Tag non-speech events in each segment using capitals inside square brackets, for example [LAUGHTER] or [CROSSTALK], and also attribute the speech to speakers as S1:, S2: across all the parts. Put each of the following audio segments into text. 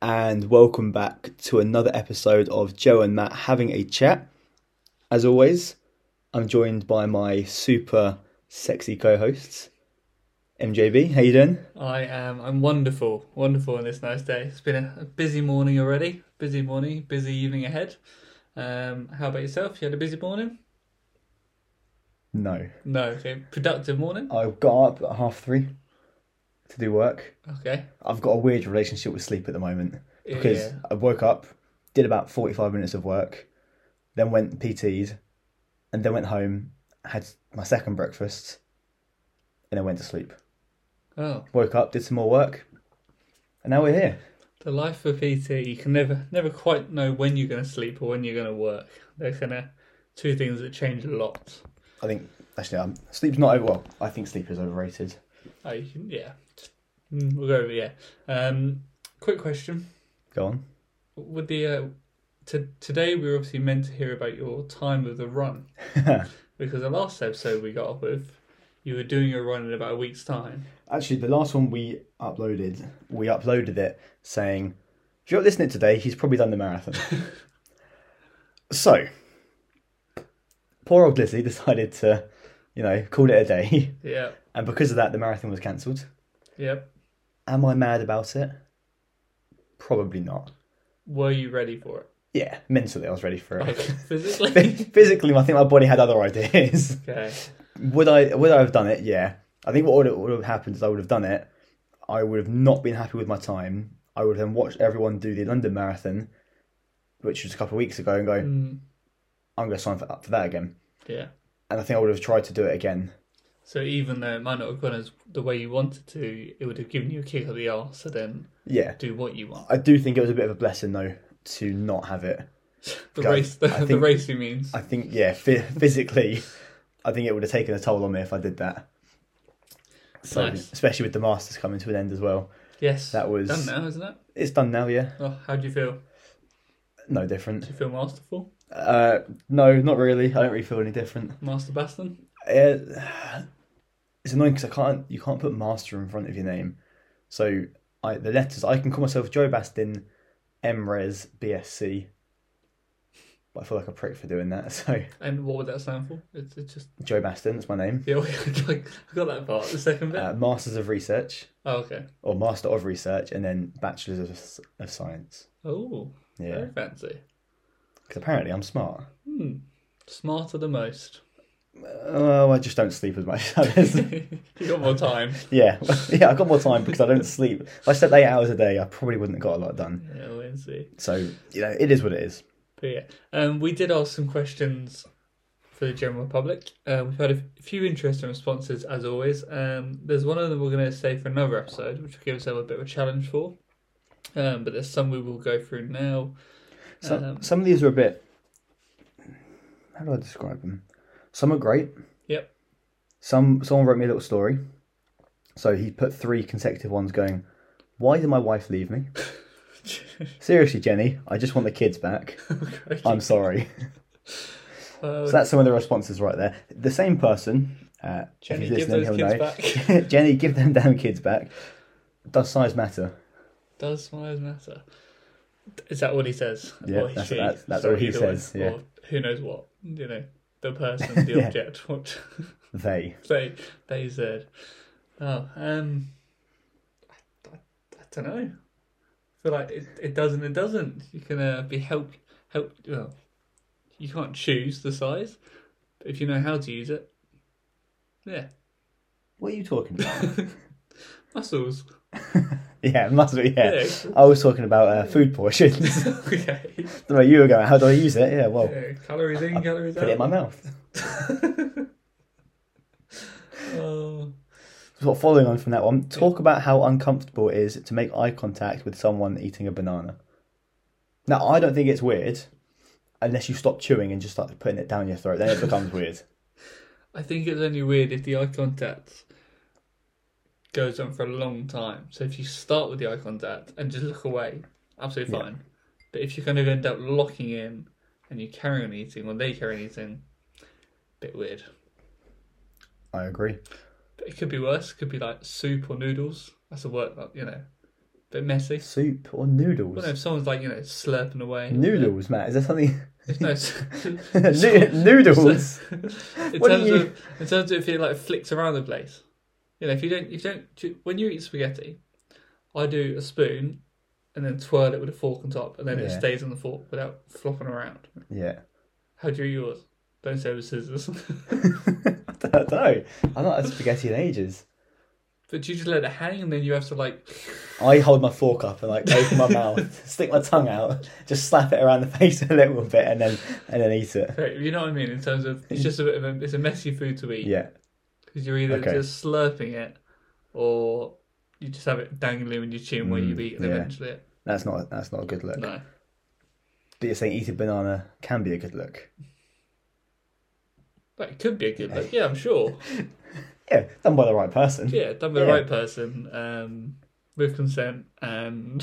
S1: and welcome back to another episode of Joe and Matt having a chat. As always, I'm joined by my super sexy co-hosts. MJB, how you doing?
S2: I am. I'm wonderful, wonderful on this nice day. It's been a, a busy morning already. Busy morning, busy evening ahead. Um, how about yourself? You had a busy morning?
S1: No,
S2: No. Okay. Productive morning.
S1: I got up at half three to do work.
S2: Okay.
S1: I've got a weird relationship with sleep at the moment because
S2: Yeah.
S1: I woke up, did about 45 minutes of work, then went PT'd, and then went home, had my second breakfast, and then went to sleep.
S2: Oh,
S1: Woke up, did some more work, and now we're here.
S2: the life of PT. You can never, never quite know when you're going to sleep or when you're going to work. They're kind of two things that change a lot.
S1: I think, actually, um, sleep's not over. Well, I think sleep is overrated.
S2: Oh, you can, yeah. Mm, We'll go over. Yeah. Um, quick question.
S1: Go on.
S2: With the uh, to today, we were obviously meant to hear about your time of
S1: [LAUGHS]
S2: the run. because the last episode we got off with, you were doing your run in about a week's time.
S1: Actually, the last one we uploaded, we uploaded it saying, if you're listening today, he's probably done the marathon. [LAUGHS] so, poor old Lizzie decided to, you know, call it a day. [LAUGHS]
S2: Yeah,
S1: And because of that, the marathon was cancelled.
S2: yep.
S1: Am I mad about it? Probably not.
S2: Were you ready for it?
S1: Yeah, mentally, I was ready for
S2: [LAUGHS] Like
S1: it. [LAUGHS]
S2: physically?
S1: Physically, I think my body had other [LAUGHS] ideas.
S2: okay.
S1: Would I would I have done it? Yeah. I think what would, would have happened is I would have done it. I would have not been happy with my time. I would have then watched everyone do the London Marathon, which was a couple of weeks ago, and go,
S2: Mm,
S1: I'm going to sign for, up for that again.
S2: yeah.
S1: And I think I would have tried to do it again.
S2: So even though it might not have gone as the way you wanted to, it would have given you a kick of the arse to then
S1: Yeah.
S2: do what you want.
S1: I do think it was a bit of a blessing, though, to not have it.
S2: The
S1: Guys,
S2: race, [LAUGHS] the,
S1: I
S2: the
S1: think-
S2: race he means.
S1: I think, yeah, phy- [LAUGHS] physically, I think it would have taken a toll on me if I did that. So,
S2: Nice.
S1: especially with the Masters coming to an end as well.
S2: yes.
S1: that was-
S2: done now, isn't it?
S1: It's done now, yeah.
S2: Oh, how do you feel?
S1: No
S2: Do
S1: different.
S2: you feel masterful,
S1: Uh, no, not really. I don't really feel any different.
S2: Master Baston?
S1: Uh, [SIGHS] it's annoying because I can't. You can't put master in front of your name. So I, the letters I can call myself Joe Bastin, Mres BSC. But I feel like a prick for doing that. [LAUGHS] So
S2: And what would that stand for? It's, it's just
S1: Joe Bastin, that's my name.
S2: yeah. [LAUGHS] Like, I got that part. The second bit.
S1: Uh, Masters of Research
S2: oh, okay.
S1: or Master of Research, and then Bachelors of, S- of Science.
S2: Oh,
S1: Yeah,
S2: very fancy.
S1: because apparently I'm smart.
S2: Hmm. Smarter
S1: [LAUGHS]
S2: than most. [LAUGHS]
S1: Oh, I just don't sleep as much. [LAUGHS] as others.
S2: you got more time.
S1: yeah, [LAUGHS] yeah. I got more time because I don't sleep. If I slept eight hours a day, I probably wouldn't have got a lot done.
S2: Yeah, we'll see.
S1: So you know, it is what it is.
S2: But yeah, um, we did ask some questions for the general public. Uh, we've had a f- few interesting responses as always. Um, there's one of them we're going to save for another episode, which will give us a bit of a challenge for. Um, but there's some we will go through now. [LAUGHS]
S1: Some
S2: Um,
S1: some of these are a bit. How do I describe them? Some are great.
S2: Yep.
S1: Some someone wrote me a little story. So he put three consecutive ones going. Why did my wife leave me? Um, Seriously, Jenny, I just want the kids
S2: [LAUGHS]
S1: back.
S2: Crikey.
S1: I'm sorry.
S2: Uh,
S1: So that's some of the responses right there. The same person. Uh, if
S2: Jenny,
S1: he's
S2: give
S1: listening,
S2: those
S1: he'll
S2: kids back.
S1: know. [LAUGHS] Jenny, give them damn kids back. Does size matter?
S2: Does size matter? Is that what he says?
S1: Yeah,
S2: Or he-
S1: that's-
S2: she?
S1: that's- that's
S2: Sorry,
S1: all he
S2: either way.
S1: says, yeah.
S2: Or who knows what? You know,
S1: [LAUGHS]
S2: the person, the
S1: Yeah.
S2: object, what [LAUGHS]
S1: They.
S2: they they said. Oh, um, I, I, I don't know. I feel like it, it does and it doesn't. You can uh, be help help. Well, you can't choose the size, but if you know how to use it, yeah,
S1: What are you talking about?
S2: muscles.
S1: [LAUGHS]
S2: [LAUGHS]
S1: yeah, must be. Yeah.
S2: Yeah.
S1: I was talking about uh, food portions.
S2: okay.
S1: the way you were going, how do I use it? Yeah, well,
S2: Yeah, calories in, calories out.
S1: put it in my mouth.
S2: Oh,
S1: So following on from that one, talk about how uncomfortable it is to make eye contact with someone eating a banana. Now, I don't think it's weird unless you stop chewing and just start putting it down your throat. Then it becomes weird.
S2: I think it's only weird if the eye contact goes on for a long time. So if you start with the eye contact and just look away, absolutely
S1: Yeah.
S2: fine. But if you kind of end up locking in and you carry on eating or they carry on eating, bit weird.
S1: I agree.
S2: But it could be worse. It could be like soup or noodles. That's a word, like, you know. bit messy.
S1: Soup or noodles?
S2: Well, no, if someone's like you know slurping away.
S1: Noodles, Matt. Is there something? [LAUGHS]
S2: If no, s-
S1: Noo-
S2: so-
S1: noodles.
S2: in
S1: What do
S2: terms
S1: you-
S2: of in terms of if it like flicks around the place, you know, if you don't, if you don't, when you eat spaghetti, I do a spoon and then twirl it with a fork on top, and then it
S1: Yeah.
S2: stays on the fork without flopping around.
S1: Yeah. [LAUGHS]
S2: How do you do yours? Don't say with scissors. [LAUGHS]
S1: I don't know. I've not had spaghetti in ages.
S2: but you just let it hang, and then you have to like. [LAUGHS]
S1: I hold my fork up and like open my mouth, stick my tongue out, just slap it around the [LAUGHS] face a little bit, and then and then eat it.
S2: You know what I mean? In terms of it's just a bit of a, it's a messy food to eat.
S1: Yeah.
S2: Because you're either
S1: Okay.
S2: just slurping it or you just have it dangling in your chin while you
S1: Mm,
S2: eat and
S1: yeah.
S2: eventually it.
S1: That's not that's not a good look.
S2: No.
S1: But you're saying eat a banana can be a good look.
S2: But it could be a good look. Yeah, I'm sure.
S1: Yeah, done by the right person.
S2: Yeah, done by the
S1: Yeah.
S2: right person, um, with consent and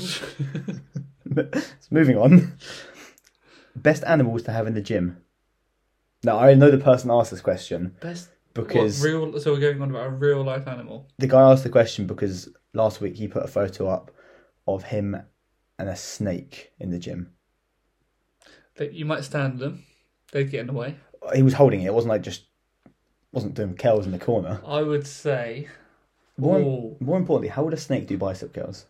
S1: [LAUGHS] So moving on. Best animals to have in the gym. Now I know the person asked this question
S2: best.
S1: because
S2: what, real? So we're going on about a real life animal.
S1: the guy asked the question because last week he put a photo up of him and a snake in the gym.
S2: That you might stand them. They'd get in the way.
S1: He was holding it. It wasn't like just wasn't doing curls in the corner.
S2: I would say.
S1: More,
S2: Oh,
S1: more importantly, how would a snake do bicep curls?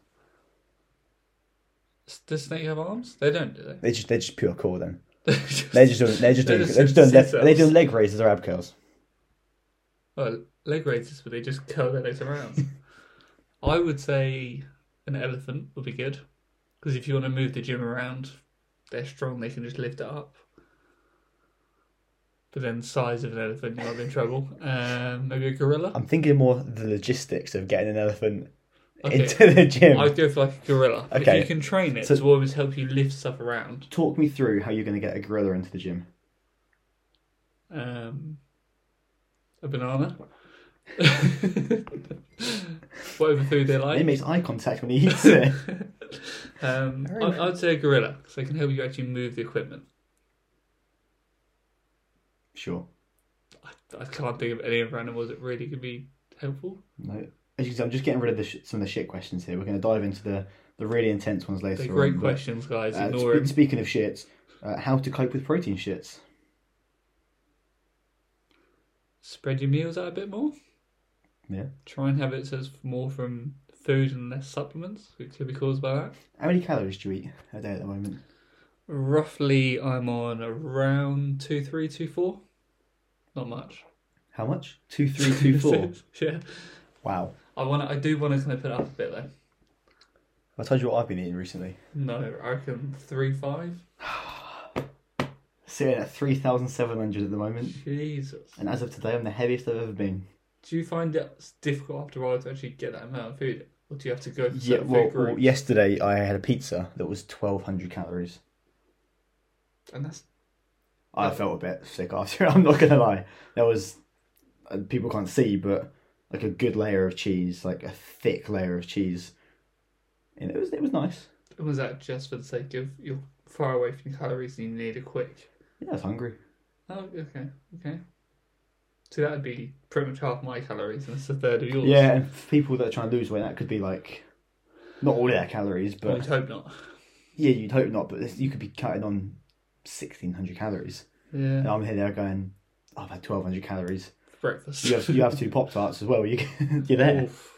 S2: does snake have arms? They don't, do they? [LAUGHS]
S1: They just they're just pure core then.
S2: They're
S1: They're just doing they're just
S2: They're
S1: doing
S2: just
S1: they're just
S2: doing
S1: doing leg,
S2: sit-ups.
S1: they're doing leg raises or ab curls.
S2: Well, leg raises, but they just [LAUGHS] curl their
S1: [LAUGHS]
S2: legs around. I would say an elephant would be good because if you want to move the gym around, they're strong. They can just lift it up. But then, size of an elephant, you might be in trouble. Um, maybe a gorilla.
S1: I'm thinking more the logistics of getting an elephant
S2: Okay.
S1: into the gym.
S2: I'd go for like a gorilla.
S1: Okay.
S2: If you can train it
S1: So-
S2: to always help you lift stuff around.
S1: Talk me through how you're going to get a gorilla into the gym.
S2: Um,
S1: [LAUGHS]
S2: a banana. [LAUGHS] Whatever food they like.
S1: He makes eye contact when he eats
S2: [LAUGHS]
S1: it.
S2: Um,
S1: Very
S2: I,
S1: nice.
S2: I would say a gorilla because they can help you actually move the equipment.
S1: sure.
S2: I, I can't think of any other animals that really could be helpful.
S1: No. As you can see, I'm just getting rid of the sh- some of the shit questions here. We're going to dive into the, the really intense ones later.
S2: They're great
S1: on, but,
S2: questions, guys.
S1: uh,
S2: Ignore
S1: spe-
S2: them.
S1: speaking of shits, uh, how to cope with protein shits?
S2: Spread your meals out a bit more.
S1: Yeah.
S2: Try and have it so it's more from food and less supplements. It could be caused by that.
S1: How many calories do you eat a day at the moment?
S2: Roughly, I'm on around two, three, two, four. Not much.
S1: How much? Two, three,
S2: [LAUGHS]
S1: two, four.
S2: yeah.
S1: wow.
S2: I want. to I do want to kind of put it up a bit though.
S1: I told you what I've been eating recently.
S2: No, I reckon three, five.
S1: Sitting at 3,700 at the moment.
S2: Jesus.
S1: And as of today, I'm the heaviest I've ever been.
S2: Do you find it difficult after a while to actually get that amount of food, or do you have to go for
S1: Yeah,
S2: certain
S1: well,
S2: food
S1: well,
S2: groups?
S1: yesterday I had a pizza that was 1,200 calories.
S2: And that's
S1: I
S2: Yeah.
S1: felt a bit sick after it, [LAUGHS] I'm not going to lie. There was, uh, people can't see, but like a good layer of cheese, like a thick layer of cheese. And it was it was nice.
S2: and was that just for the sake of you're far away from your calories and you need a quick?
S1: Yeah, I was hungry.
S2: Oh, okay, okay. So that would be pretty much half my calories, and it's a third of yours.
S1: Yeah, and for people that are trying to lose weight, that could be like, not all their calories,
S2: I would
S1: but
S2: hope not.
S1: yeah, you'd hope not, but this, you could be cutting on 1,600 calories.
S2: Yeah,
S1: And I'm here there going, "Oh, I've had 1,200 calories.
S2: breakfast.
S1: You have, you have two Pop Tarts as well, you, [LAUGHS] you're there.
S2: [LAUGHS] Oof.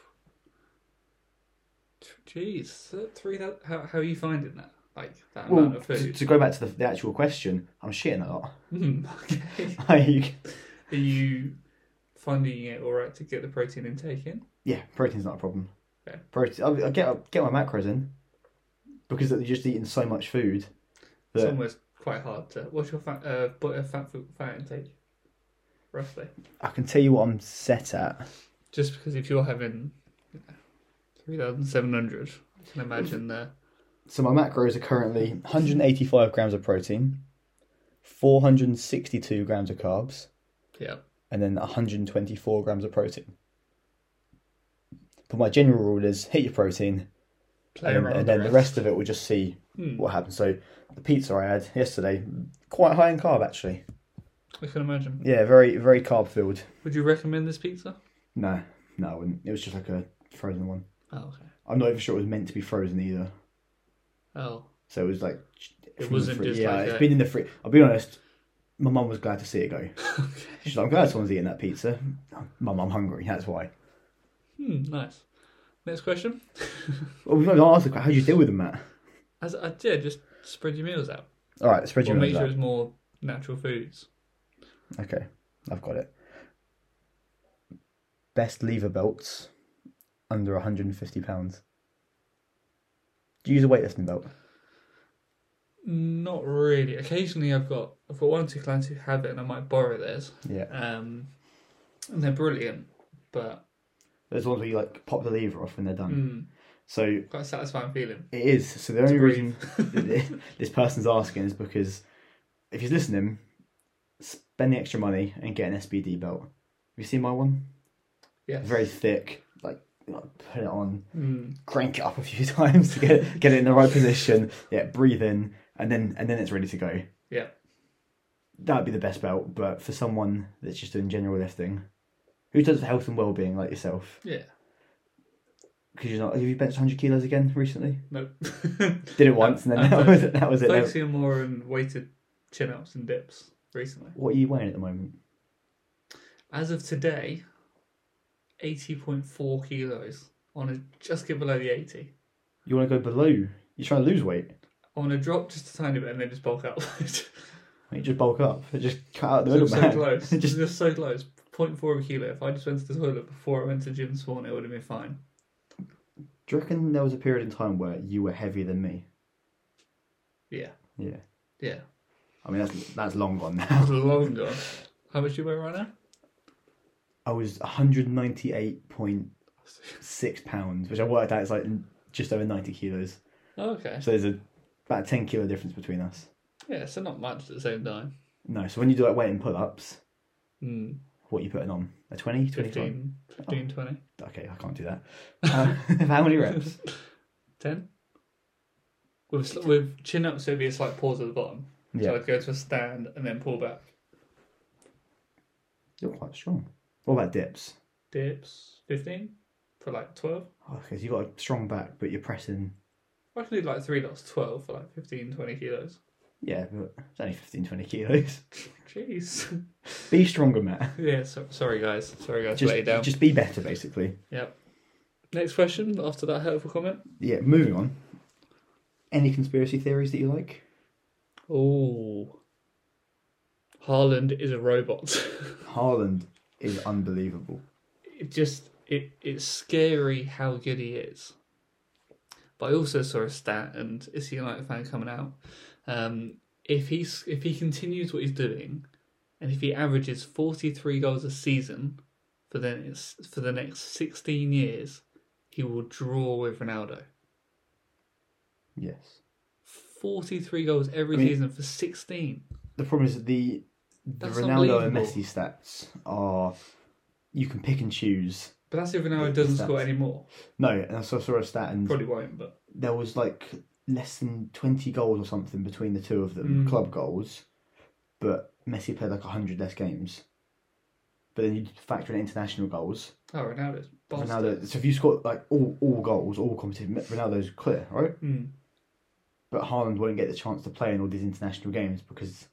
S2: Jeez, that three. That how how are you finding that? Like that
S1: Well,
S2: amount of
S1: to,
S2: food.
S1: to go back to the, the actual question, I'm shitting a lot.
S2: [LAUGHS]
S1: [LAUGHS]
S2: Hmm, okay.
S1: Like,
S2: Are you finding it all right to get the protein intake in?
S1: yeah, protein's not a problem.
S2: Okay.
S1: Protein, I, I get I get my macros in because you're just eating so much food.
S2: It's
S1: That
S2: almost quite hard to. What's your fat, uh, butter fat food fat intake? Roughly.
S1: I can tell you what I'm set at.
S2: Just because if you're having you know, 3,700, I can imagine the.
S1: So my macros are currently 185 grams of protein, 462 grams of carbs,
S2: Yeah.
S1: and then 124 grams of protein. But my general rule is hit your protein,
S2: Play
S1: and, then-
S2: around.
S1: and
S2: with
S1: then the rest of it we'll just see
S2: Hmm,
S1: what happened. So the pizza I had yesterday, quite high in carb actually.
S2: I can imagine.
S1: Yeah, very very carb filled.
S2: Would you recommend this pizza?
S1: No, no, I wouldn't. It was just like a frozen one.
S2: Oh, okay.
S1: I'm not even sure it was meant to be frozen either.
S2: Oh,
S1: So it was like from the
S2: wasn't
S1: fri-
S2: just
S1: yeah.
S2: like
S1: it's
S2: a-
S1: been in the fridge. I'll be honest. My mum was glad to see it
S2: [LAUGHS]
S1: go.
S2: okay.
S1: She's like, I'm glad someone's eating that pizza. Mum, I'm hungry. That's why.
S2: Hmm, nice. Next question.
S1: Well, we've not asked the que- how do you deal with them, Matt?
S2: As I yeah, just spread your meals out.
S1: All right, spread
S2: Or
S1: your
S2: make
S1: meals
S2: sure
S1: out.
S2: it's more natural foods.
S1: Okay, I've got it. Best lever belts under 150 pounds. Do you use a weightlifting belt?
S2: Not really. Occasionally, I've got I've got one or two clients who have it, and I might borrow theirs.
S1: Yeah.
S2: Um, and they're brilliant, but
S1: There's ones where you like pop the lever off and they're done.
S2: mm,
S1: So it
S2: quite a satisfying feeling.
S1: is. So the
S2: It's
S1: only
S2: brief.
S1: reason
S2: [LAUGHS]
S1: that [LAUGHS] this person's asking is because if he's listening, spend the extra money and get an SBD belt. Have you seen my one?
S2: Yes.
S1: Very thick. Like, like put it on.
S2: Mm,
S1: crank it up a few [LAUGHS] times to get get it in the right position. Yeah, breathe in, and then and then it's ready to go.
S2: yeah.
S1: That would be the best belt. But for someone that's just doing general lifting, who does health and well being like yourself,
S2: Yeah.
S1: because you're not. Have you benched 100 kilos again recently?
S2: [LAUGHS] No.
S1: Did it once, and
S2: [LAUGHS]
S1: then that was it. That was it.
S2: Focusing more on weighted chin ups and dips recently.
S1: What are you weighing at the moment?
S2: As of today, eighty point four kilos on a just get below the eighty.
S1: You want to go below? You're trying to lose weight.
S2: I want to drop just a tiny bit and then just bulk up. [LAUGHS] so
S1: You just bulk up. Just cut out the
S2: I'm
S1: middle,
S2: so
S1: man.
S2: close.
S1: just
S2: [LAUGHS] just, so close. 0.4 of a kilo. If I just went to the toilet before I went to the gym this morning, it would have been fine.
S1: Do you reckon there was a period in time where you were heavier than me?
S2: Yeah.
S1: Yeah.
S2: Yeah.
S1: I mean, that's that's long gone
S2: That
S1: now.
S2: was long gone. How much do you weigh right now?
S1: I was 198.6 pounds, which I worked out is like just over 90 kilos.
S2: Oh, okay.
S1: So there's a about a 10 kilo difference between us.
S2: Yeah, so not much at the same time.
S1: No, so when you do like weight and pull ups,
S2: Hmm.
S1: what are you putting on? A 20, 25?
S2: 15, 15 20.
S1: Okay, I can't do that. Uh, [LAUGHS] how many
S2: [LAUGHS]
S1: reps?
S2: 10? With, sl- with chin ups, there'd be a slight pause at the bottom. So
S1: Yeah,
S2: I'd go to a stand and then pull back.
S1: you're quite strong. What about dips?
S2: Dips, 15 for like 12.
S1: Oh, okay, so you've got a strong back, but you're pressing.
S2: I can do like 3 lots, 12 for like 15, 20 kilos.
S1: Yeah, but it's only 15, 20 kilos. [LAUGHS]
S2: Jeez. [LAUGHS]
S1: Be stronger, Matt.
S2: yeah, so, sorry guys. Sorry guys,
S1: Just,
S2: let you down.
S1: just be better, basically.
S2: Yep. Next question after that helpful comment.
S1: Yeah, moving on. Any conspiracy theories that you like?
S2: Oh. Haaland is a robot. [LAUGHS]
S1: Haaland is unbelievable.
S2: it just it it's scary how good he is. But I also saw a stat, and it's a United fan coming out. Um, if he's if he continues what he's doing, and if he averages forty three goals a season for then it's for the next sixteen years, he will draw with Ronaldo.
S1: Yes.
S2: Forty three goals every
S1: I mean-
S2: season for sixteen.
S1: The problem is that the the
S2: That's
S1: Ronaldo and
S2: unbelievable.
S1: Messi stats are you can pick and choose.
S2: But that's if Ronaldo doesn't
S1: That's-
S2: score anymore.
S1: No, and I saw, saw a stat and
S2: Probably won't, but
S1: there was like less than twenty goals or something between the two of them,
S2: Mm.
S1: club goals, but Messi played like hundred less games. But then you factor in international goals.
S2: oh, Ronaldo's bastard.
S1: Ronaldo. So if you score like all, all goals, all competition, Ronaldo's clear, right?
S2: Hmm.
S1: But Haaland won't get the chance to play in all these international games because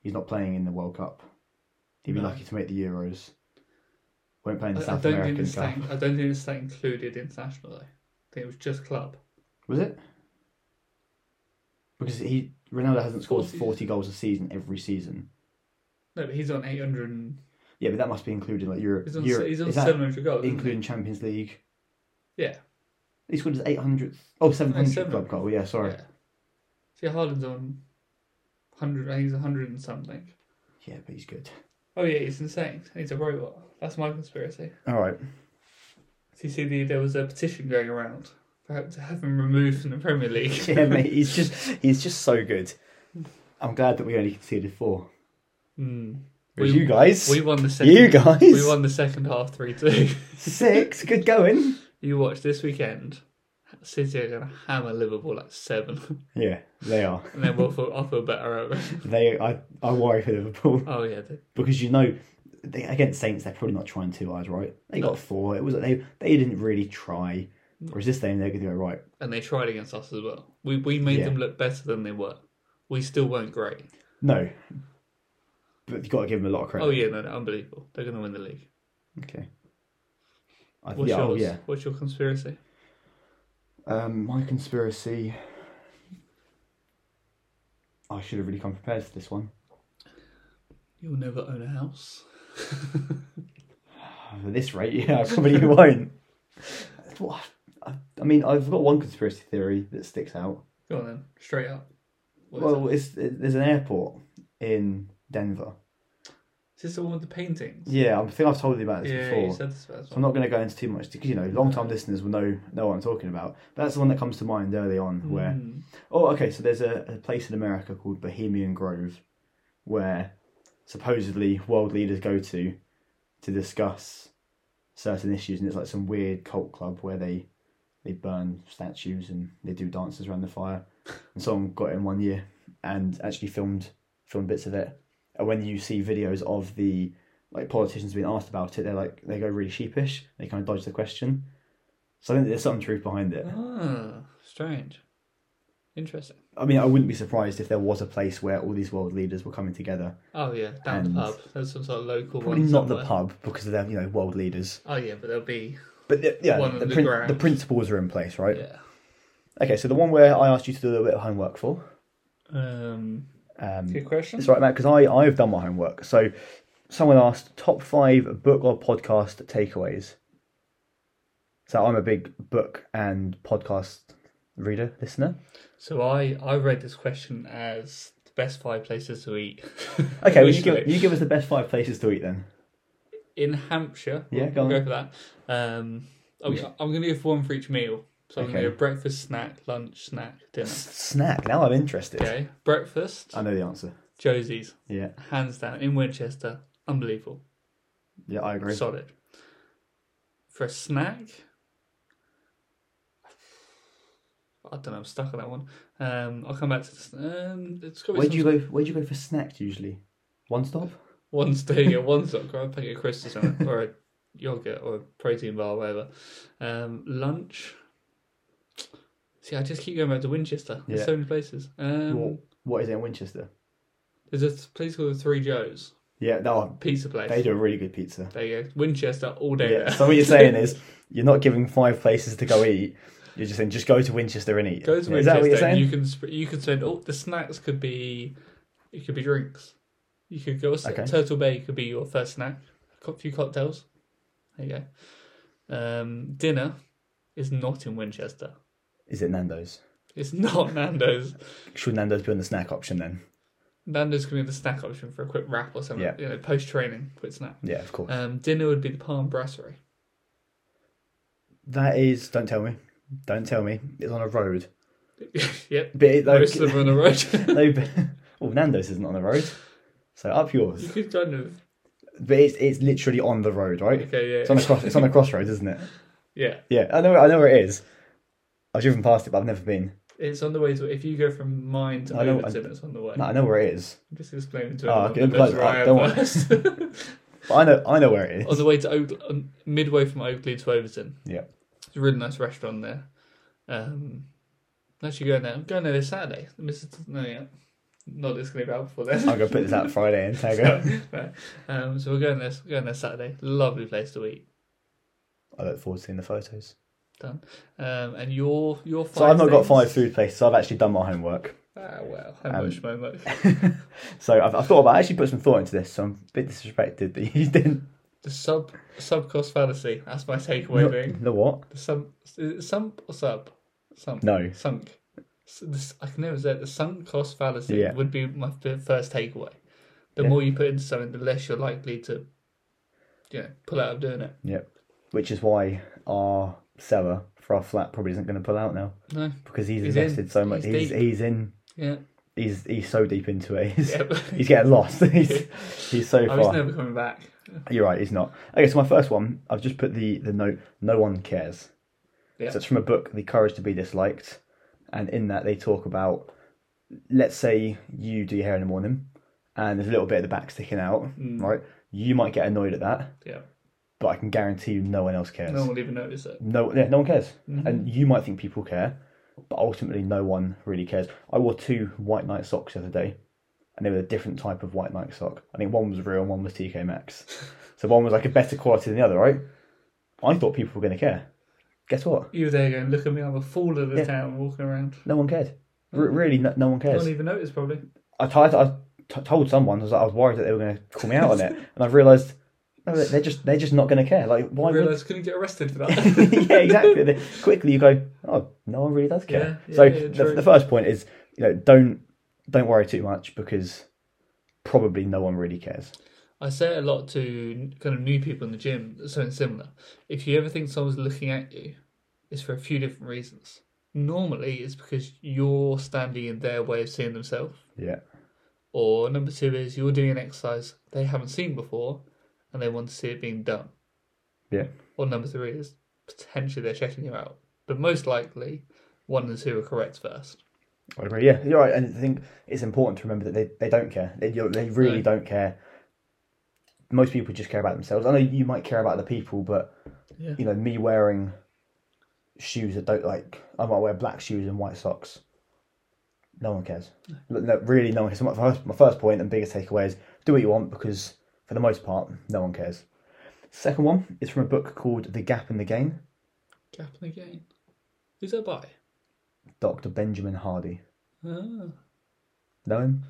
S1: he's not playing in the World Cup. He'd be
S2: No.
S1: lucky to make the Euros. Won't play in
S2: I,
S1: the
S2: I
S1: South
S2: don't think
S1: American
S2: this
S1: Cup.
S2: thing. I don't think this thing included international though. I think it was just club.
S1: Was it? Because he Ronaldo hasn't scored
S2: 40.
S1: forty goals a season every season.
S2: No, but he's on eight hundred. and
S1: Yeah, but that must be included like Europe.
S2: He's on,
S1: Europe.
S2: he's on
S1: Is that
S2: seven hundred goals. isn't he?
S1: including Champions League?
S2: Yeah.
S1: He scored his eight hundredth oh seven hundred
S2: 700.
S1: club goal, yeah, sorry.
S2: Yeah. See, Haaland's on hundred. I think he's hundred and something.
S1: Yeah, but he's good.
S2: Oh yeah, he's insane. He's a robot. That's my conspiracy.
S1: Alright.
S2: So you see, the, there was a petition going around for him to have him removed from the Premier League.
S1: [LAUGHS] [LAUGHS] Yeah, mate, he's just he's just so good. I'm glad that we only conceded four.
S2: Hmm.
S1: Whereas
S2: We-
S1: you guys
S2: We won the second.
S1: You guys
S2: We won the second half three two. [LAUGHS]
S1: six, good going.
S2: you watch this weekend. City are gonna hammer Liverpool at seven.
S1: Yeah, they are.
S2: And then Watford, I feel better over.
S1: They I I worry for Liverpool. [LAUGHS]
S2: Oh yeah, they,
S1: because you know they, against Saints they're probably not trying too hard, right? They
S2: No.
S1: got four. It was they they didn't really try. Whereas this name, they're going to go right.
S2: and they tried against us as well. We we made
S1: Yeah.
S2: them look better than they were. We still weren't great.
S1: No, but you've got to give them a lot of credit.
S2: Oh yeah, no, no unbelievable. They're going to win the league.
S1: Okay. I,
S2: What's
S1: yeah, oh,
S2: yours?
S1: yeah.
S2: What's your conspiracy?
S1: Um, my conspiracy. I should have really come prepared for this one.
S2: You'll never own a house.
S1: At this rate, [LAUGHS] yeah, I probably won't. What- I I mean, I've got one conspiracy theory that sticks out.
S2: [LAUGHS] Go on then, straight up. What is
S1: Well, it's there's an airport in Denver.
S2: it? is this the one with the paintings?
S1: Yeah, I think I've told you about this
S2: yeah,
S1: before.
S2: you said this first
S1: So I'm
S2: one.
S1: not going to go into too much because you know long-time listeners will know know what I'm talking about. But that's the one that comes to mind early on. Where
S2: Mm.
S1: oh, okay, so there's a, a place in America called Bohemian Grove, where supposedly world leaders go to to discuss certain issues, and it's like some weird cult club where they they burn statues and they do dances around the fire. And someone got in one year and actually filmed filmed bits of it. And when you see videos of the like politicians being asked about it, they're like they go really sheepish. They kind of dodge the question. So I think there's some truth behind it.
S2: Ah, strange. Interesting.
S1: I mean, I wouldn't be surprised if there was a place where all these world leaders were coming together.
S2: Oh yeah, down
S1: And-
S2: the pub. There's some sort of local
S1: Probably
S2: one.
S1: not the
S2: somewhere.
S1: pub because they're you know world leaders,
S2: Oh yeah, but there'll be
S1: but the, yeah,
S2: One
S1: the,
S2: on the
S1: prin-
S2: ground.
S1: the principles are in place, right?
S2: yeah.
S1: Okay, so the one where I asked you to do a little bit of homework for.
S2: Um,
S1: Um,
S2: good question.
S1: It's all right, Matt, because I, I've done my homework. So someone asked top five book or podcast takeaways. So I'm a big book and podcast reader, listener.
S2: So I I read this question as the best five places to eat.
S1: Okay, well, you,
S2: Originally.
S1: give, you give us the best five places to eat then.
S2: in Hampshire.
S1: Yeah, go
S2: we'll
S1: on.
S2: go for that. Um, I'm, I'm going to give one for each meal. So I'm going
S1: Okay.
S2: to do breakfast, snack, lunch, snack, dinner.
S1: Snack, now I'm interested.
S2: Okay, breakfast,
S1: I know the answer.
S2: Josie's,
S1: Yeah,
S2: hands down in Winchester, unbelievable,
S1: yeah, I agree.
S2: solid. For a snack, I don't know. I'm stuck on that one. Um, I'll come back to this. Um, it's got to be
S1: where
S2: some
S1: do you go? Where do you go for snacks usually? One stop.
S2: One staying
S1: [LAUGHS]
S2: at one stop, grab a packet of crisps or something, or a yogurt or a protein bar, whatever. Um, lunch. See, I just keep going back to Winchester. There's
S1: Yeah.
S2: so many places. Um,
S1: What- what is it in Winchester?
S2: There's a place called the Three Joes
S1: Yeah, no,
S2: Pizza Place.
S1: they do a really good pizza.
S2: There you go. Winchester all day.
S1: Yeah.
S2: there.
S1: So what you're saying is you're not giving five places to go eat. You're just saying just go to Winchester and eat.
S2: go to Winchester.
S1: Is that what you're saying?
S2: and you can sp- you can spend all the snacks could be, it could be drinks. You could go
S1: Okay.
S2: Turtle Bay could be your first snack. A few cocktails. There you go. Um, dinner is not in Winchester.
S1: Is it Nando's?
S2: It's not [LAUGHS] Nando's.
S1: Should Nando's be on the snack option then?
S2: Nando's can be the snack option for a quick wrap or something.
S1: Yeah.
S2: You know, post training, quick snack.
S1: Yeah, of course.
S2: Um, dinner would be the Palm Brasserie. [LAUGHS]
S1: that is. Don't tell me. Don't tell me. It's on a road.
S2: yep.
S1: But it, like,
S2: Most of them on the
S1: [LAUGHS]
S2: road.
S1: no, but, [LAUGHS] well, Nando's isn't on the road. So up
S2: you
S1: yours.
S2: could kind of
S1: But it's it's literally on the road, right?
S2: okay, yeah,
S1: It's on a cross. It's on a crossroads, isn't it?
S2: yeah.
S1: Yeah, I know. I know where it is. I've driven past it, but I've never been.
S2: It's on the way to. If you go from mine to
S1: I know-
S2: Overton, it's on the way.
S1: No, I know where it is.
S2: I'm just explaining to
S1: Oh,
S2: everyone.
S1: okay,
S2: that
S1: bloody-
S2: that's where I
S1: I
S2: am
S1: don't want-
S2: first.
S1: [LAUGHS] But I know. I know where it
S2: on
S1: is.
S2: the way to Oak, on, midway from Oakley to Overton.
S1: Yeah.
S2: It's a really nice restaurant there. Um, I'm actually going there. I'm going there this Saturday. The missus doesn't know yet. Not this going to be out before
S1: [LAUGHS]
S2: then.
S1: I'm gonna put this out Friday and tag it.
S2: [LAUGHS] Right. um, so we're going there. We're going there Saturday. Lovely place to eat.
S1: I look forward to seeing the photos.
S2: Done. Um, and your your five.
S1: So I've not got
S2: things-
S1: five food places. I've actually done my homework.
S2: Ah well, how
S1: Um,
S2: much, how much?
S1: So I've, I've thought about. I actually put some thought into this. So I'm a bit disrespected that you didn't.
S2: The sub sub cost fallacy. That's my takeaway
S1: No,
S2: thing.
S1: no what?
S2: The sub is it sump or sub sump.
S1: No.
S2: sunk. S- the s- I can never say it. the sunk cost fallacy
S1: Yeah.
S2: would be my f- first takeaway. The
S1: Yeah.
S2: more you put into something, the less you're likely to, you know, pull out of doing it.
S1: Yep. Which is why our seller for our flat probably isn't going to pull out now
S2: No.
S1: because he's,
S2: He's in.
S1: invested so much. He's
S2: He's
S1: he's,
S2: deep.
S1: in.
S2: Yeah.
S1: He's he's so deep into it. He's,
S2: [LAUGHS] Yeah.
S1: he's getting lost. [LAUGHS]
S2: [LAUGHS]
S1: he's he's so
S2: I
S1: far.
S2: was never coming back.
S1: You're right, it's not. Okay, so my first one, I've just put the, the note, No One Cares.
S2: Yeah.
S1: So it's from a book, The Courage to Be Disliked. And in that, they talk about, let's say you do your hair in the morning and there's a little bit of the back sticking out, right? You might get annoyed at that,
S2: Mm. Yeah.
S1: but I can guarantee you no one else cares.
S2: No one will even notice it.
S1: No, yeah, no one cares. And you might think people care, but ultimately, no one really cares. I wore two white night socks the other day, and they were a different type of white night sock. I think one was real and one was TK Maxx. So one was like a better quality than the other, right? I thought people were going to care. Guess what?
S2: You there going, look at me, I'm a fool of the town walking around.
S1: No one cared. R- really, no, no one
S2: No
S1: cares.
S2: one even noticed, probably.
S1: I tried. I t- told someone. I was, like, I was worried that they were going to call me out on it, and I've realised no, they- they're just they're just not going to care. Like why?
S2: I
S1: Would...
S2: realised couldn't get arrested for
S1: [LAUGHS] yeah,
S2: that.
S1: exactly. They- quickly, you go. Oh, no one really does care.
S2: Yeah,
S1: so
S2: yeah, yeah,
S1: the,
S2: true.
S1: the first point is you know don't don't worry too much because probably no one really cares.
S2: I say it a lot to kind of new people in the gym, something similar. If you ever think someone's looking at you, it's for a few different reasons. Normally, it's because you're standing in their way of seeing themselves.
S1: Yeah,
S2: Or number two is you're doing an exercise they haven't seen before and they want to see it being done.
S1: yeah,
S2: Or number three is potentially they're checking you out. But most likely, one and two are correct first.
S1: I agree. Yeah, you're right. And I think it's important to remember that they, they don't care. They you know, they really
S2: Yeah.
S1: don't care. Most people just care about themselves. I know you might care about other people, but
S2: Yeah.
S1: you know me wearing shoes that don't like I might wear black shoes and white socks. No one cares. No. no, really, no one cares. So My first, my first point and biggest takeaway is do what you want because for the most part, no one cares. Second one is from a book called The Gap in the Game,
S2: Gap in the game. Who's that by?
S1: Dr. Benjamin Hardy.
S2: Ah. [LAUGHS]
S1: Know him?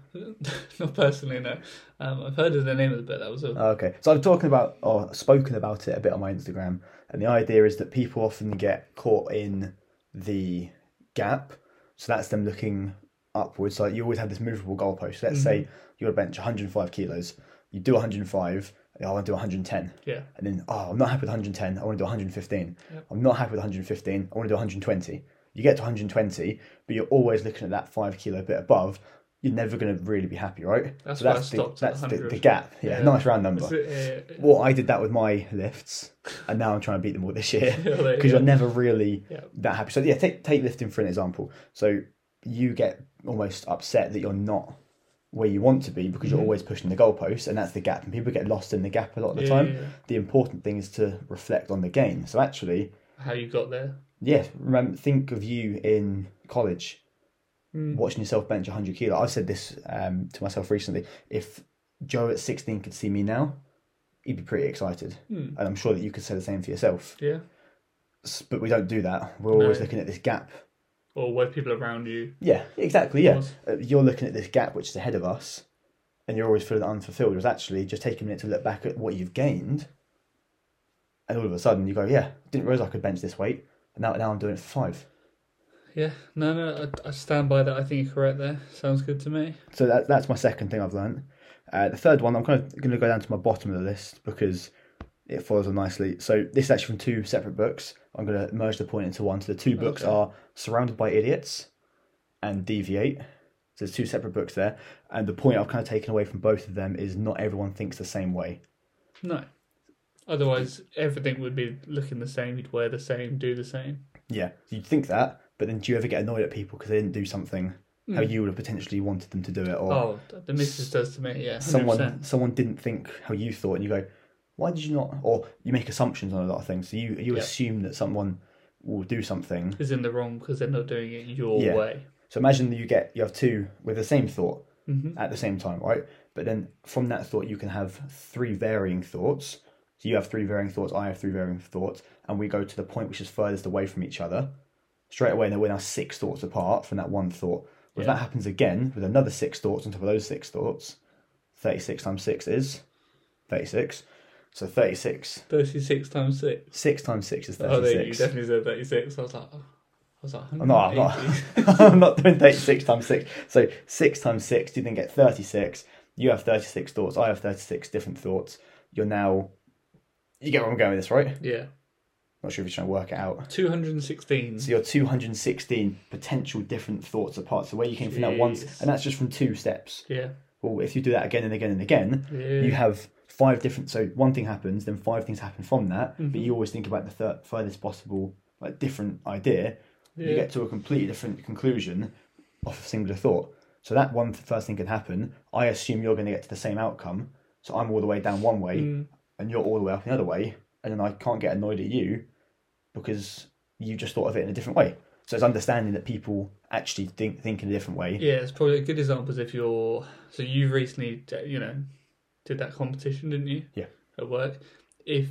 S2: Not personally, no. Um, I've heard of the name of the bit. That was all.
S1: Oh, Okay, so I've talking about or spoken about it a bit on my Instagram, and the idea is that people often get caught in the gap. So that's them looking upwards. So you always have this movable goalpost. So let's say you're a bench 105 kilos. You do 105. I want to oh, do 110,
S2: yeah.
S1: and then oh, I'm not happy with 110. I want to do 115.
S2: Yep.
S1: I'm not happy with 115. I want to do 120. You get to 120, but you're always looking at that five kilo bit above. You're never going to really be happy, right?
S2: That's
S1: so
S2: why I
S1: that's the,
S2: stopped at
S1: that's the, the
S2: 100.
S1: gap. Yeah,
S2: Yeah.
S1: nice round number.
S2: It's a- yeah, yeah,
S1: Well, I did that with my lifts, and now I'm trying to beat them all this year [LAUGHS]
S2: [LAUGHS] yeah. Well, there you
S1: because
S2: go.
S1: you're never really
S2: Yeah.
S1: that happy. So yeah, take take lifting for an example. So you get almost upset that you're not where you want to be because
S2: Mm-hmm.
S1: you're always pushing the goalposts, and that's the gap. And people get lost in the gap a lot of the
S2: Yeah,
S1: time.
S2: yeah, yeah.
S1: The important thing is to reflect on the gain. So actually,
S2: How you got there?
S1: yes, remember, think of you in college watching yourself bench 100 kilo. I've said this um, to myself recently. If Joe at 16 could see me now, he'd be pretty excited.
S2: Hmm.
S1: And I'm sure that you could say the same for yourself.
S2: Yeah.
S1: S- But we don't do that. We're always
S2: No.
S1: looking at this gap.
S2: Or were people around you?
S1: Yeah, exactly. Yeah.
S2: Yes.
S1: Uh, You're looking at this gap which is ahead of us, and you're always feeling unfulfilled. Whereas actually, just take a minute to look back at what you've gained, and all of a sudden you go, yeah, didn't realise I could bench this weight. And now, now I'm doing it for five.
S2: Yeah. No, no. I, I stand by that. I think you're correct there. Sounds good to me.
S1: So that, that's my second thing I've learned. Uh, the third one, I'm kind of going to go down to my bottom of the list because it follows on nicely. So this is actually from two separate books. I'm going to merge the point into one. So the two books
S2: Oh, Okay.
S1: are Surrounded by Idiots and Deviate. So there's two separate books there. And the point I've kind of taken away from both of them is not everyone thinks the same way.
S2: No. Otherwise, everything would be looking the same. You'd wear the same, do the same.
S1: Yeah, you'd think that, but then do you ever get annoyed at people because they didn't do something how you would have potentially wanted them to do it, or
S2: Hmm. Oh, the missus does to me. Yeah. 100%.
S1: someone someone didn't think how you thought, and you go, "Why did you not?" Or you make assumptions on a lot of things. So you you
S2: Yeah.
S1: assume that someone will do something.
S2: is in the wrong because they're not doing it your
S1: Yeah.
S2: way.
S1: So imagine that you get you have two with the same thought
S2: Mhm.
S1: at the same time, right? But then from that thought, you can have three varying thoughts. So you have three varying thoughts. I have three varying thoughts, and we go to the point which is furthest away from each other. Straight away, and then we're now six thoughts apart from that one thought. If
S2: Yeah.
S1: that happens again with another six thoughts on top of those six thoughts, thirty-six times six is thirty-six. So thirty-six.
S2: Thirty-six times six.
S1: Six times six is
S2: Oh, there you
S1: thirty-six.
S2: definitely said 36. I was like, oh. I was like,
S1: Oh, no, I'm
S2: 180.
S1: not. I'm [LAUGHS] not doing 36 times 6. So 6 times 6, you then get 36. You have 36 thoughts. I have 36 different thoughts. You're now. You get where I'm going with this, right?
S2: [LAUGHS] yeah,
S1: Not sure if you're trying to work it out.
S2: 216.
S1: So you're 216 potential different thoughts apart. So where you came from that once,
S2: Jeez.
S1: and that's just from two steps.
S2: Yeah,
S1: Well, if you do that again and again and again,
S2: Yeah.
S1: you have five different. So one thing happens, then five things happen from that.
S2: Mm-hmm.
S1: But you always think about the thir- furthest possible, like different idea. You
S2: Yeah.
S1: get to a completely different conclusion off a singular thought. So that one th- first thing could happen. I
S2: Mm.
S1: Mm. assume you're going to get to the same outcome. So I'm all the way down one way, and you're all the way up the other way. and then I can't get annoyed at you because you just thought of it in a different way. So it's understanding that people actually think think in a different way.
S2: Yeah, it's probably a good example is if you're. So you recently, you know, did that competition, didn't you?
S1: Yeah.
S2: At work, if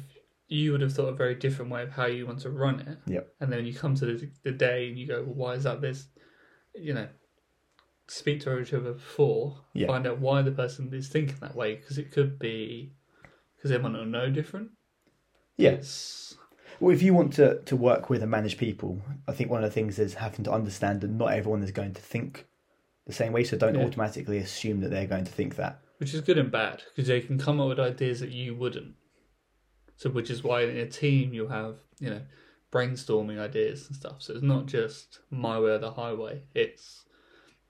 S2: you would have thought a very different way of how you want to run it,
S1: Yep.
S2: and then you come to the, the day and you go, well, why is that this? You know, speak to each other before,
S1: Yeah.
S2: find out why the person is thinking that way, because it could be because they might not know different.
S1: Yeah.
S2: It's-
S1: Well, if you want to, to work with and manage people, I think one of the things is having to understand that not everyone is going to think the same way. So don't
S2: Yeah.
S1: automatically assume that they're going to think that.
S2: which is good and bad because they can come up with ideas that you wouldn't. So, which is why in a team you'll have you know brainstorming ideas and stuff. So it's not just my way or the highway. It's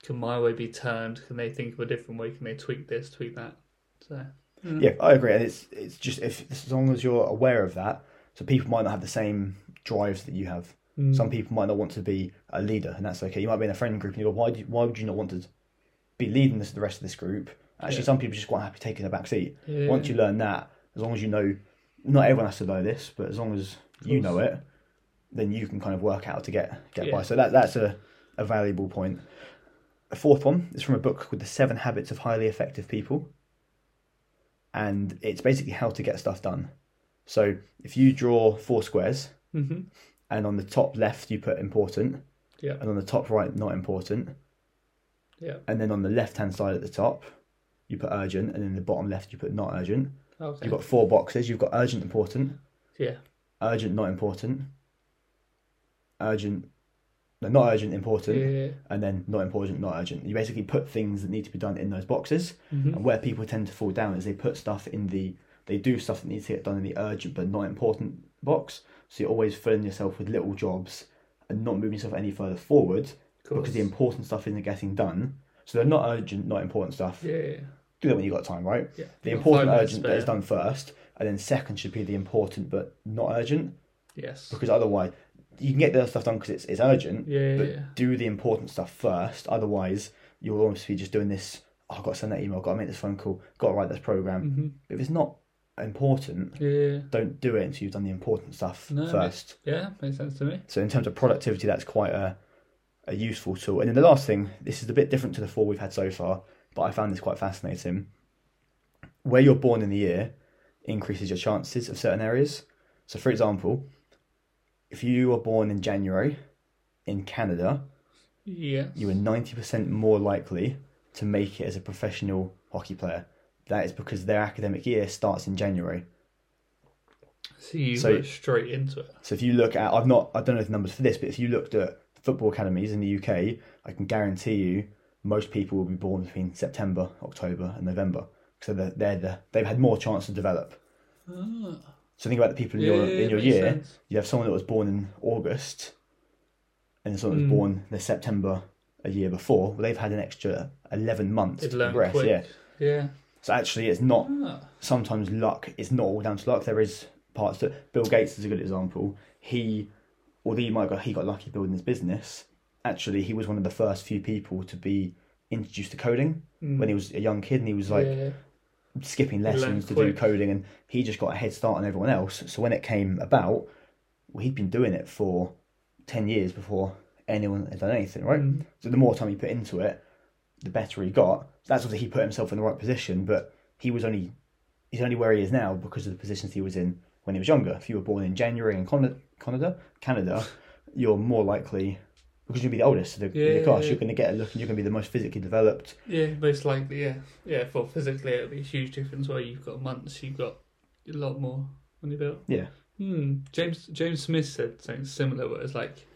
S2: can my way be turned? Can they think of a different way? Can they tweak this, tweak that? So
S1: Yeah, I agree. And it's it's just if as long as you're aware of that, so people might not have the same drives that you have. Some people might not want to be a leader, and that's okay. You might be in a friend group, and you go, why do you, why would you not want to be leading this the rest of this group? Actually,
S2: Yeah.
S1: some people just quite happy taking the back seat.
S2: Yeah.
S1: Once you learn that, as long as you know, not everyone has to know this, but as long as you know it, then you can kind of work out how to get get by.
S2: Yeah.
S1: So that that's a, a valuable point. A fourth one is from a book called The Seven Habits of Highly Effective People, and it's basically how to get stuff done. So if you draw four squares,
S2: hmm
S1: and on the top left you put important,
S2: Yeah.
S1: and on the top right not important,
S2: yeah,
S1: and then on the left hand side at the top you put urgent, and then the bottom left you put not urgent.
S2: okay,
S1: You've got four boxes. You've got urgent, important,
S2: yeah,
S1: urgent, not important, urgent, no, not urgent, important,
S2: yeah,
S1: and then not important, not urgent. You basically put things that need to be done in those boxes.
S2: Mm-hmm.
S1: And where people tend to fall down is they put stuff in the, they do stuff that needs to get done in the urgent but not important box. So you're always filling yourself with little jobs and not moving yourself any further forward because the
S2: course.
S1: important stuff isn't getting done. So they're not urgent, not important stuff.
S2: yeah, yeah.
S1: Do that when you've got time, right?
S2: yeah.
S1: The
S2: You've got
S1: important
S2: five minutes
S1: urgent that is
S2: spare.
S1: done first, and then second should be the important but not urgent,
S2: Yes,
S1: because otherwise you can get the other stuff done because it's, it's urgent,
S2: yeah,
S1: but
S2: yeah.
S1: do the important stuff first. Otherwise, you'll almost be just doing this. "Oh, I've got to send that email, I've got to make this phone call, got to write this program.
S2: hmm
S1: If it's not important,
S2: yeah,
S1: don't do it until you've done the important stuff
S2: No, it
S1: first.
S2: yeah. Makes sense to me.
S1: So, in terms of productivity, that's quite a, a useful tool. And then the last thing, this is a bit different to the four we've had so far, but I found this quite fascinating. Where you're born in the year increases your chances of certain areas. So, for example, if you were born in January in Canada,
S2: Yeah.
S1: you are 90% more likely to make it as a professional hockey player. That is because their academic year starts in January.
S2: So you
S1: So-
S2: went straight into it.
S1: So if you look at, I've not, I don't know the numbers for this, but if you looked at football academies in the UK, I can guarantee you most people will be born between September, October, and November. So they're, they're the, they've had more chance to develop. So think about the people in your
S2: Ah. Yeah,
S1: in your
S2: makes
S1: year.
S2: sense.
S1: You have someone that was born in August, and someone that
S2: Mm.
S1: was born in September a year before. Well, they've had an extra eleven months
S2: They've
S1: to
S2: learned
S1: progress.
S2: quick.
S1: Yeah.
S2: Yeah. yeah.
S1: So actually, it's not
S2: Ah,
S1: sometimes luck is not all down to luck. There is parts that Bill Gates is a good example. He, although you might go, he got lucky building his business. Actually, he was one of the first few people to be introduced to coding when he was a young kid, and he was like
S2: yeah.
S1: skipping
S2: learned
S1: lessons to do
S2: quick.
S1: coding, and he just got a head start on everyone else. So when it came about, well, he'd been doing it for ten years before anyone had done anything, right?
S2: Mm.
S1: So the more time he put into it, the better he got. So that's obviously he put himself in the right position, but he was only he's only where he is now because of the positions he was in when he was younger. If you were born in January in Con- Canada, Canada, you're more likely because you'll be the oldest of the, in
S2: Yeah.
S1: the class. You're going to get a look, and you're going to be the most physically developed.
S2: Yeah, most likely, yeah. Yeah, for physically, it'll be a huge difference where you've got months, you've got a lot more on your belt.
S1: Yeah.
S2: Hmm. James James Smith said something similar, where it's like,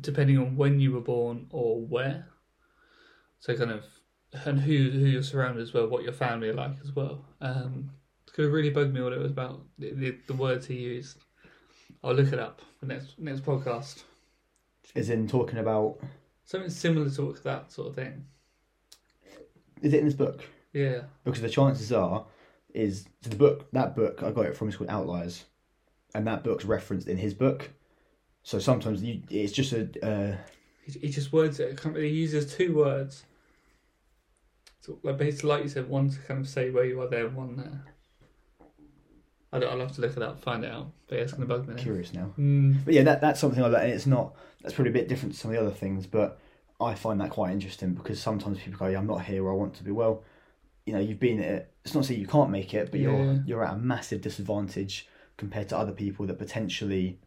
S2: depending on when you were born or where, so kind of, and who who your surroundings were, what your family are like as well. Um, it could have really bugged me what it was about. The, the, the words he used. I'll look it up for next next podcast.
S1: As in talking about
S2: Something similar to that sort of thing.
S1: is it in this book?
S2: Yeah.
S1: because the chances are is so the book that book I got it from is called Outliers, and that book's referenced in his book. So sometimes you, it's just a uh,
S2: He, he just words it. can't really- He uses two words. So, like basically, like you said, one to kind of say where you are there, one there. I don't, I'll have to look it up, find it out. But yeah, it's gonna bug me. now.
S1: Curious now.
S2: Mm,
S1: But yeah, that, that's something like that, and it's not. That's probably a bit different to some of the other things, but I find that quite interesting because sometimes people go, yeah, "I'm not here where I want to be." Well, you know, you've been at. It's not to say you can't make it, but
S2: Yeah.
S1: you're you're at a massive disadvantage compared to other people that potentially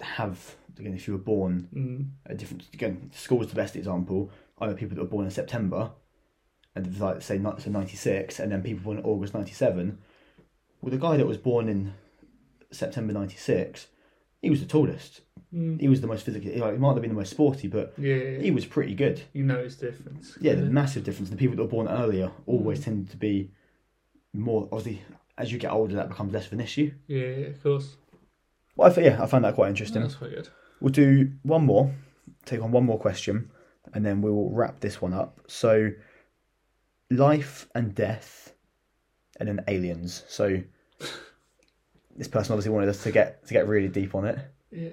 S1: have. Again, if you were born
S2: mm,
S1: a different again, school's the best example. I know people that were born in September, and it was like say ni- so ninety six, and then people born in August ninety seven. Well, the guy that was born in September ninety six, he was the tallest.
S2: mm.
S1: He was the most physically. Like, he might have been the most sporty, but
S2: Yeah, yeah,
S1: he was pretty good.
S2: you notice difference.
S1: Yeah, the massive difference. The people that were born earlier always tend to be more. Obviously, as you get older, that becomes less of an issue.
S2: yeah, yeah, of course.
S1: Well, I th- yeah, I found that quite
S2: No,
S1: interesting.
S2: that's quite good.
S1: We'll do one more, take on one more question, and then we'll wrap this one up. So, life and death, and then aliens. So, this person obviously wanted us to get to get really deep on it.
S2: Yeah,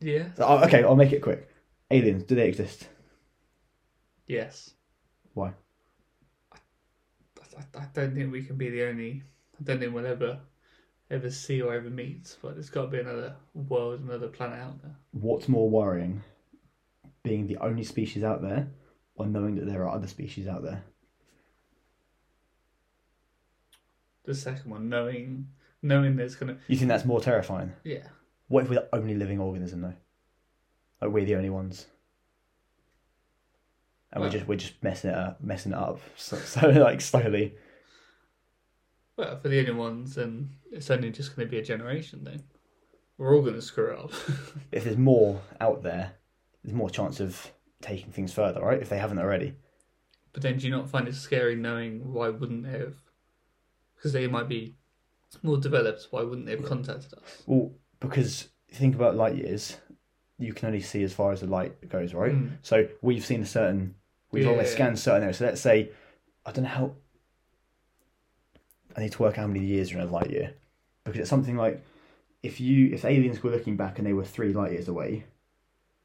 S2: yeah,
S1: So, oh, okay, I'll make it quick. Aliens, do they exist?
S2: yes.
S1: Why?
S2: I, I, I don't think we can be the only. I don't think we'll ever, ever see or ever meet. But there's got to be another world, another planet out there.
S1: What's more worrying, being the only species out there, or knowing that there are other species out there?
S2: The second one, knowing, knowing there's gonna,
S1: You think that's more terrifying?
S2: yeah,
S1: What if we're the only living organism though? Like we're the only ones, and
S2: Well-
S1: we're just we're just messing it up, messing it up. [LAUGHS] So,
S2: [LAUGHS]
S1: so like slowly.
S2: Well, for the only ones, then it's only just going to be a generation then. We're all going to screw up. [LAUGHS]
S1: If there's more out there, there's more chance of taking things further, right? If they haven't already.
S2: but then do you not find it scary knowing why wouldn't they have? Because they might be more developed, why wouldn't they have contacted us?
S1: Well, because think about light years, you can only see as far as the light goes, right?
S2: Mm.
S1: So we've seen a certain, we've
S2: Yeah.
S1: always scanned certain areas. So let's say, I don't know how. I need to work out how many years are in a light year, because it's something like, if you if aliens were looking back and they were three light years away,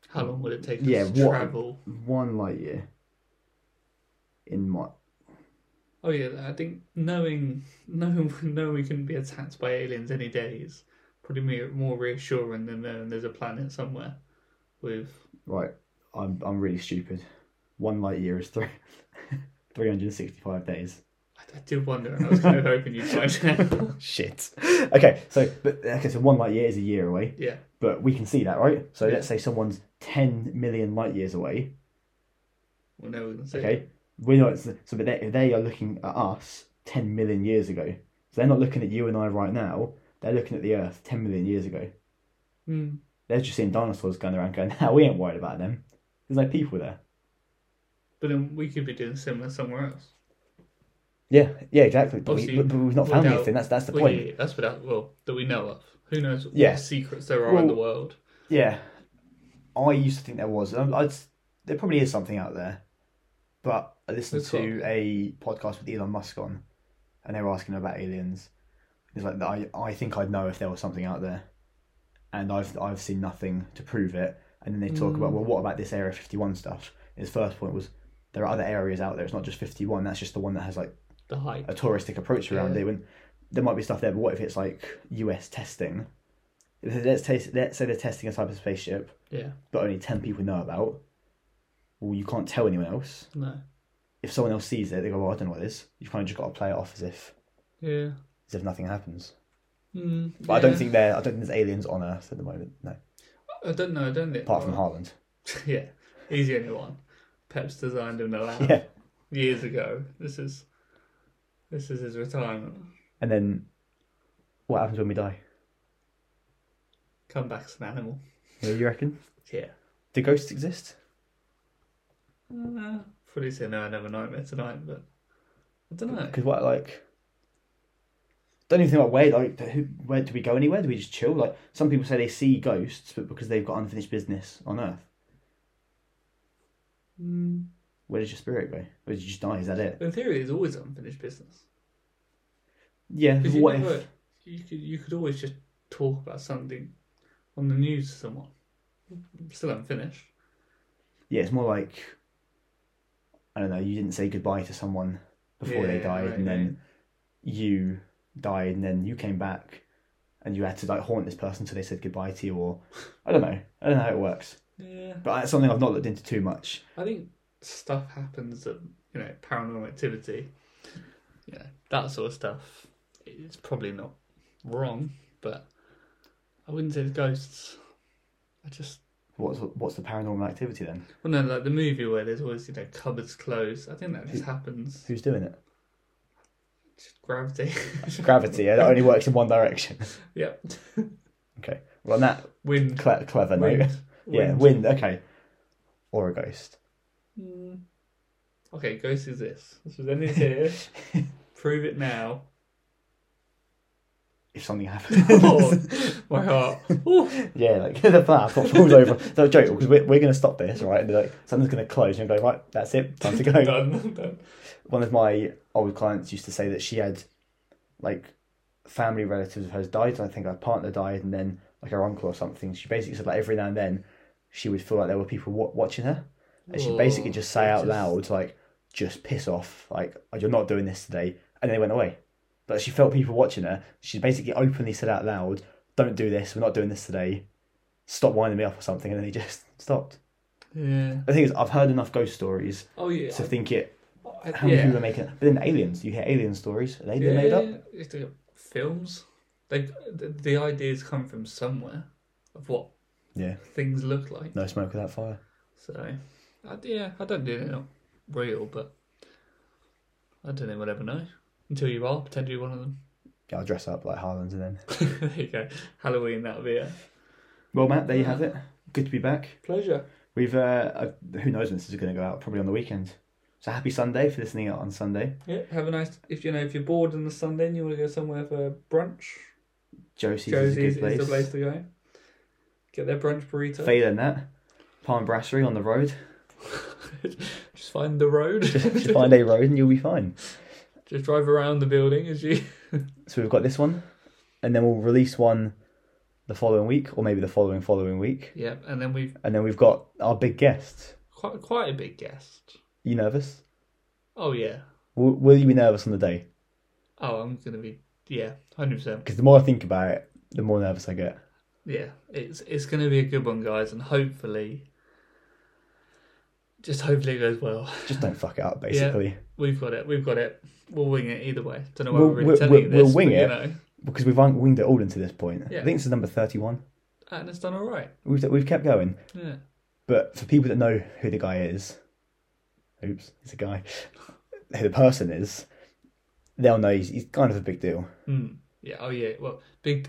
S2: How long would it take us
S1: Yeah,
S2: to
S1: what-
S2: travel?
S1: one light year. In my
S2: Oh yeah, I think knowing [LAUGHS] knowing knowing we can be attacked by aliens any day is probably me- more reassuring than knowing there's a planet somewhere with
S1: right, I'm I'm really stupid. One light year is three, [LAUGHS] three hundred sixty five
S2: [LAUGHS]
S1: days.
S2: I, I did wonder, and I was kind of hoping you'd
S1: [LAUGHS]
S2: find out.
S1: Shit. Okay, so but okay, so one light year is a year away.
S2: yeah,
S1: but we can see that, right? So
S2: Yeah.
S1: let's say someone's 10 million light years away,
S2: well, no, we're going to say
S1: okay? We know it's so, but they, they are looking at us 10 million years ago. So they're not looking at you and I right now, they're looking at the Earth 10 million years ago.
S2: Hmm.
S1: They're just seeing dinosaurs going around going, nah, we ain't worried about them. There's no people there.
S2: But then we could be doing similar somewhere else.
S1: Yeah, yeah, exactly. But, we,
S2: Obviously,
S1: but but we've not found
S2: without-
S1: anything. That's that's the
S2: Well,
S1: point.
S2: yeah, yeah, that's without well that we know of. Who knows what
S1: Yeah.
S2: secrets there are in the
S1: Well-
S2: world?
S1: Yeah, I used to think there was. Um, I'd, there probably is something out there, but I listened
S2: That's
S1: to a podcast with Elon Musk on, and they were asking about aliens. It's like I I think I'd know if there was something out there, and I've I've seen nothing to prove it. And then they talk about well, what about this Area Fifty One stuff? His first point was there are other areas out there. It's not just Fifty One. That's just the one that has like
S2: The hype.
S1: a touristic approach around
S2: Yeah.
S1: it. When there might be stuff there, but what if it's like US testing? Let's taste, let's say they're testing a type of spaceship
S2: Yeah.
S1: but only 10 people know about, well, you can't tell anyone else.
S2: No.
S1: If someone else sees it, they go, well, I don't know what it is. You've kind of just got to play it off as if
S2: Yeah.
S1: as if nothing happens.
S2: Mm,
S1: But I don't
S2: yeah.
S1: think there, I don't think there's aliens on Earth at the moment. No,
S2: I don't know. I don't think.
S1: apart from Haaland.
S2: yeah, he's the only one. Pep's designed him the lab
S1: Yeah,
S2: years ago. This is, this is his retirement.
S1: and then what happens when we die?
S2: Come back as an animal.
S1: What do you reckon?
S2: Yeah.
S1: Do ghosts exist?
S2: Uh, probably say no. I have a nightmare tonight, but I don't know.
S1: Because what like. Don't even think about where, like, who, where do we go anywhere? Do we just chill? Like, some people say they see ghosts, but because they've got unfinished business on Earth,
S2: Mm,
S1: where does your spirit go? Or did you just die? Is that it?
S2: in theory, there's always unfinished business.
S1: Yeah.
S2: Because you
S1: What
S2: never,
S1: if?
S2: you could you could always just talk about something on the news to someone. Still unfinished.
S1: Yeah, it's more like I don't know. You didn't say goodbye to someone before they
S2: Yeah,
S1: died,
S2: right,
S1: and then you died, and then you came back, and you had to like haunt this person till they said goodbye to you, or I don't know. I don't know how it works,
S2: Yeah.
S1: but that's something I've not looked into too much.
S2: I think stuff happens that you know, paranormal activity, you know, that sort of stuff. It's probably not wrong, but I wouldn't say the ghosts. I just
S1: What's what's the paranormal activity then?
S2: well, no, like the movie where there's always you know cupboards closed. I think that just happens.
S1: Who's doing it?
S2: Just gravity. [LAUGHS]
S1: Gravity. It only works in one direction.
S2: yep.
S1: [LAUGHS] Okay. Well, on that
S2: Wind.
S1: cle- clever note. [LAUGHS]
S2: Wind.
S1: Yeah, wind. Okay. Or a ghost.
S2: Mm. Okay, ghost is this. This was ended here. Prove it now.
S1: If something happens.
S2: [LAUGHS] Oh, my heart. Ooh.
S1: [LAUGHS] Yeah, like [LAUGHS] the platform falls over. No joke, because we're, we're going to stop this, right? And they're like, something's going to close. And you go, right, that's it, time to
S2: [LAUGHS]
S1: go.
S2: done. done.
S1: One of my old clients used to say that she had, like, family relatives of hers died. And I think her partner died, and then, like, her uncle or something. She basically said, like, every now and then, she would feel like there were people wa- watching her. And she'd basically
S2: Ooh,
S1: just say out
S2: just-
S1: loud, like, just piss off. Like, "Oh, you're not doing this today. And they went away. But she felt people watching her. She basically openly said out loud, don't do this. We're not doing this today. Stop winding me up or something. And then he just [LAUGHS] stopped.
S2: Yeah.
S1: The thing is, I've heard enough ghost stories
S2: Oh yeah.
S1: to think it,
S2: I-
S1: how many people are making it. But then aliens, you hear alien stories. Are they being made up?
S2: It's the films. They the, the ideas come from somewhere of what
S1: Yeah.
S2: things look like.
S1: No smoke without fire.
S2: So, I, yeah, I don't do it not real, but I don't think we'll ever know until you are pretend you're one of them. [LAUGHS]
S1: Yeah, I'll dress up like Harlan's and then.
S2: there you go. Halloween. That'll be a
S1: Well, Matt, there you have it. Good to be back.
S2: pleasure.
S1: We've, uh, uh, who knows when this is going to go out, probably on the weekend. So happy Sunday for listening out on Sunday.
S2: Yeah. Have a nice. If you know, if you're bored on the Sunday and you want to go somewhere for brunch,
S1: Josie's, is
S2: Josie's
S1: a good
S2: is the place
S1: place.
S2: to go. Get their brunch burrito.
S1: Failing that, Palm Brasserie on the [LAUGHS] road.
S2: Just find the road. [LAUGHS]
S1: Just find a road and you'll be fine.
S2: Just drive around the building as you. [LAUGHS]
S1: So we've got this one, and then we'll release one the following week, or maybe the following following week,
S2: Yep, and then we've
S1: and then we've got our big guest.
S2: quite quite a big guest.
S1: You nervous?
S2: Oh yeah.
S1: Will, will you be nervous on the day?
S2: Oh, I'm gonna be yeah, hundred percent.
S1: Because the more I think about it, the more nervous I get.
S2: Yeah, it's it's gonna be a good one, guys, and hopefully, just hopefully it goes well.
S1: Just don't fuck it up, basically.
S2: We've got it. We've got it. We'll wing it either way. Don't know why
S1: We'll-
S2: we're really
S1: we'll-
S2: telling
S1: we'll-
S2: you
S1: we'll
S2: this.
S1: wing
S2: but, you
S1: it.
S2: know,
S1: Because we've un- winged it all into this point.
S2: Yeah.
S1: I think this is number 31.
S2: and it's done all right.
S1: We've, we've kept going.
S2: Yeah.
S1: But for people that know who the guy is, oops, it's a guy, who the person is, they'll know he's, he's kind of a big deal.
S2: Mm. Yeah. Oh yeah. Well, big.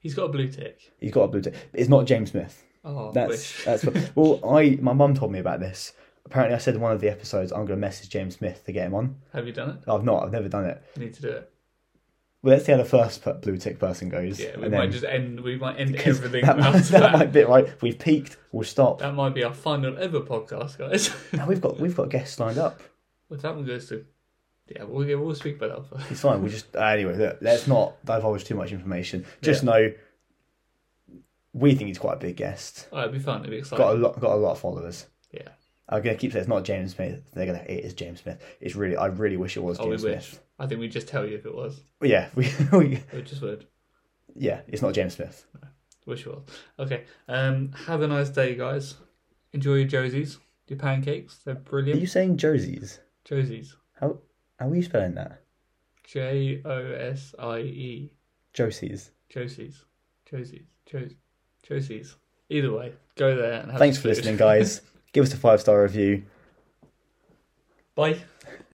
S2: He's got a blue tick.
S1: He's got a blue tick. It's not James Smith.
S2: Oh,
S1: That's
S2: wish.
S1: that's
S2: [LAUGHS]
S1: what, well, I my mum told me about this. Apparently, I said in one of the episodes I'm going to message James Smith to get him on.
S2: Have you done
S1: I've not. I've never done it.
S2: it? Need to do it.
S1: Well, let's see how the first per- blue tick person goes.
S2: Yeah, we
S1: and
S2: might
S1: then-
S2: just end. We might end
S1: [LAUGHS] 'cause
S2: everything
S1: that, might,
S2: after
S1: that might be right. We've peaked. We'll stop.
S2: That might be our final ever podcast, guys. [LAUGHS]
S1: Now we've got we've got guests lined up.
S2: Well, that one goes to. Yeah, we'll, yeah, we'll speak about that.
S1: It's fine. We just uh, anyway. Look, let's not divulge too much information. Just know we think he's quite a big guest.
S2: Oh, it'd be fun. It'd be exciting.
S1: Got a lot. Got a lot of followers.
S2: Yeah.
S1: I'm gonna keep saying it's not James Smith. They're gonna. It is James Smith. It's really. I really wish it was
S2: oh, we
S1: James
S2: wish.
S1: Smith.
S2: I think we'd just tell you if it was.
S1: But yeah. [LAUGHS] We, we.
S2: We just would.
S1: Yeah. It's not James Smith.
S2: Wish it was. Okay. Um. Have a nice day, guys. Enjoy your Josies, your pancakes. They're
S1: Are
S2: brilliant.
S1: you saying Josie's?
S2: Josies.
S1: How? How are you spelling that?
S2: J O S I E.
S1: Josie's.
S2: Josies. Josies. Jos- Josies. Either way, go there and have
S1: Thanks
S2: some
S1: for
S2: food.
S1: listening, guys. Give us a five star review.
S2: [LAUGHS] Bye.